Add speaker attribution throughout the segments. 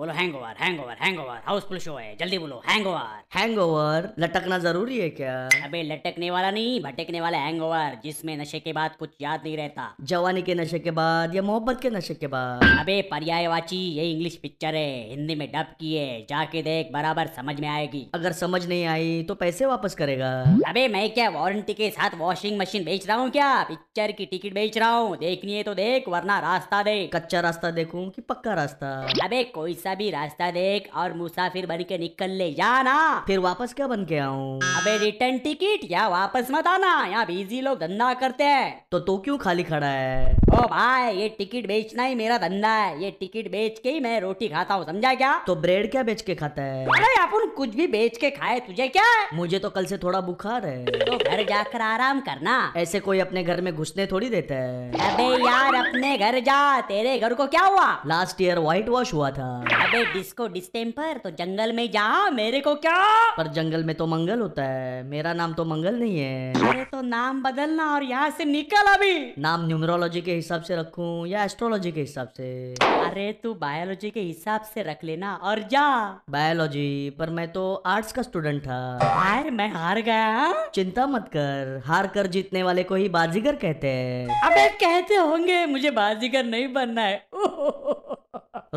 Speaker 1: Over hang over hang over housefull show है जल्दी बोलो हैंग ओवर
Speaker 2: हैंगओवर लटकना जरूरी है क्या
Speaker 1: अबे लटकने वाला नहीं भटकने वाला हैंग ओवर जिसमें नशे के बाद कुछ याद नहीं रहता
Speaker 2: जवानी के नशे के बाद या मोहब्बत के नशे के बाद
Speaker 1: अबे पर्यायवाची ये इंग्लिश पिक्चर है हिंदी में डब की है जाके देख बराबर समझ में आएगी
Speaker 2: अगर समझ नहीं आई तो पैसे वापस करेगा
Speaker 1: अबे मैं क्या वारंटी के साथ वॉशिंग मशीन बेच रहा हूँ क्या पिक्चर की टिकट बेच रहा हूँ देखनी है तो देख वरना रास्ता देख
Speaker 2: कच्चा रास्ता देखूं कि पक्का रास्ता
Speaker 1: अबे कोई सा भी रास्ता देख और मुसाफिर बन के निकल ले जाना
Speaker 2: फिर वापस क्या बन के आऊं
Speaker 1: अबे रिटर्न टिकट या वापस मत आना यहाँ बिजी लोग धंधा करते हैं
Speaker 2: तो तू क्यों खाली खड़ा है
Speaker 1: ओ भाई ये टिकट बेचना ही मेरा धंधा है ये टिकट बेच के ही मैं रोटी खाता हूँ समझा क्या
Speaker 2: तो ब्रेड क्या बेच के खाता है
Speaker 1: अरे अपन कुछ भी बेच के खाए तुझे क्या है?
Speaker 2: मुझे तो कल से थोड़ा बुखार है
Speaker 1: तो घर जाकर आराम करना
Speaker 2: ऐसे कोई अपने घर में घुसने थोड़ी देता है
Speaker 1: अबे यार अपने घर जा तेरे घर को क्या हुआ
Speaker 2: लास्ट ईयर व्हाइट वॉश हुआ था
Speaker 1: अबे डिस्को डिस्टेम्पर तो जंगल में जा मेरे को क्या
Speaker 2: पर जंगल में तो मंगल होता है मेरा नाम तो मंगल नहीं है
Speaker 1: अरे तो नाम बदलना और यहाँ से निकल अभी
Speaker 2: नाम न्यूमरोलॉजी के हिसाब से रखूं या एस्ट्रोलॉजी के हिसाब से
Speaker 1: अरे तू बायोलॉजी के हिसाब से रख लेना और जा
Speaker 2: बायोलॉजी पर मैं तो आर्ट्स का स्टूडेंट था
Speaker 1: यार मैं हार गया हाँ?
Speaker 2: चिंता मत कर हार कर जीतने वाले को ही बाजीगर कहते हैं
Speaker 1: अबे कहते होंगे मुझे बाजीगर नहीं बनना है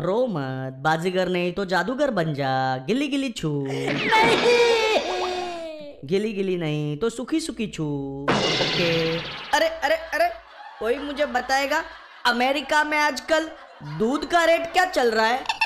Speaker 2: रो मत बाजीगर नहीं तो जादूगर बन जा गिली गिली छू
Speaker 1: नहीं
Speaker 2: गिली गिली नहीं तो सुखी सुखी छू ओके अरे अरे अरे कोई मुझे बताएगा अमेरिका में आजकल दूध का रेट क्या चल रहा है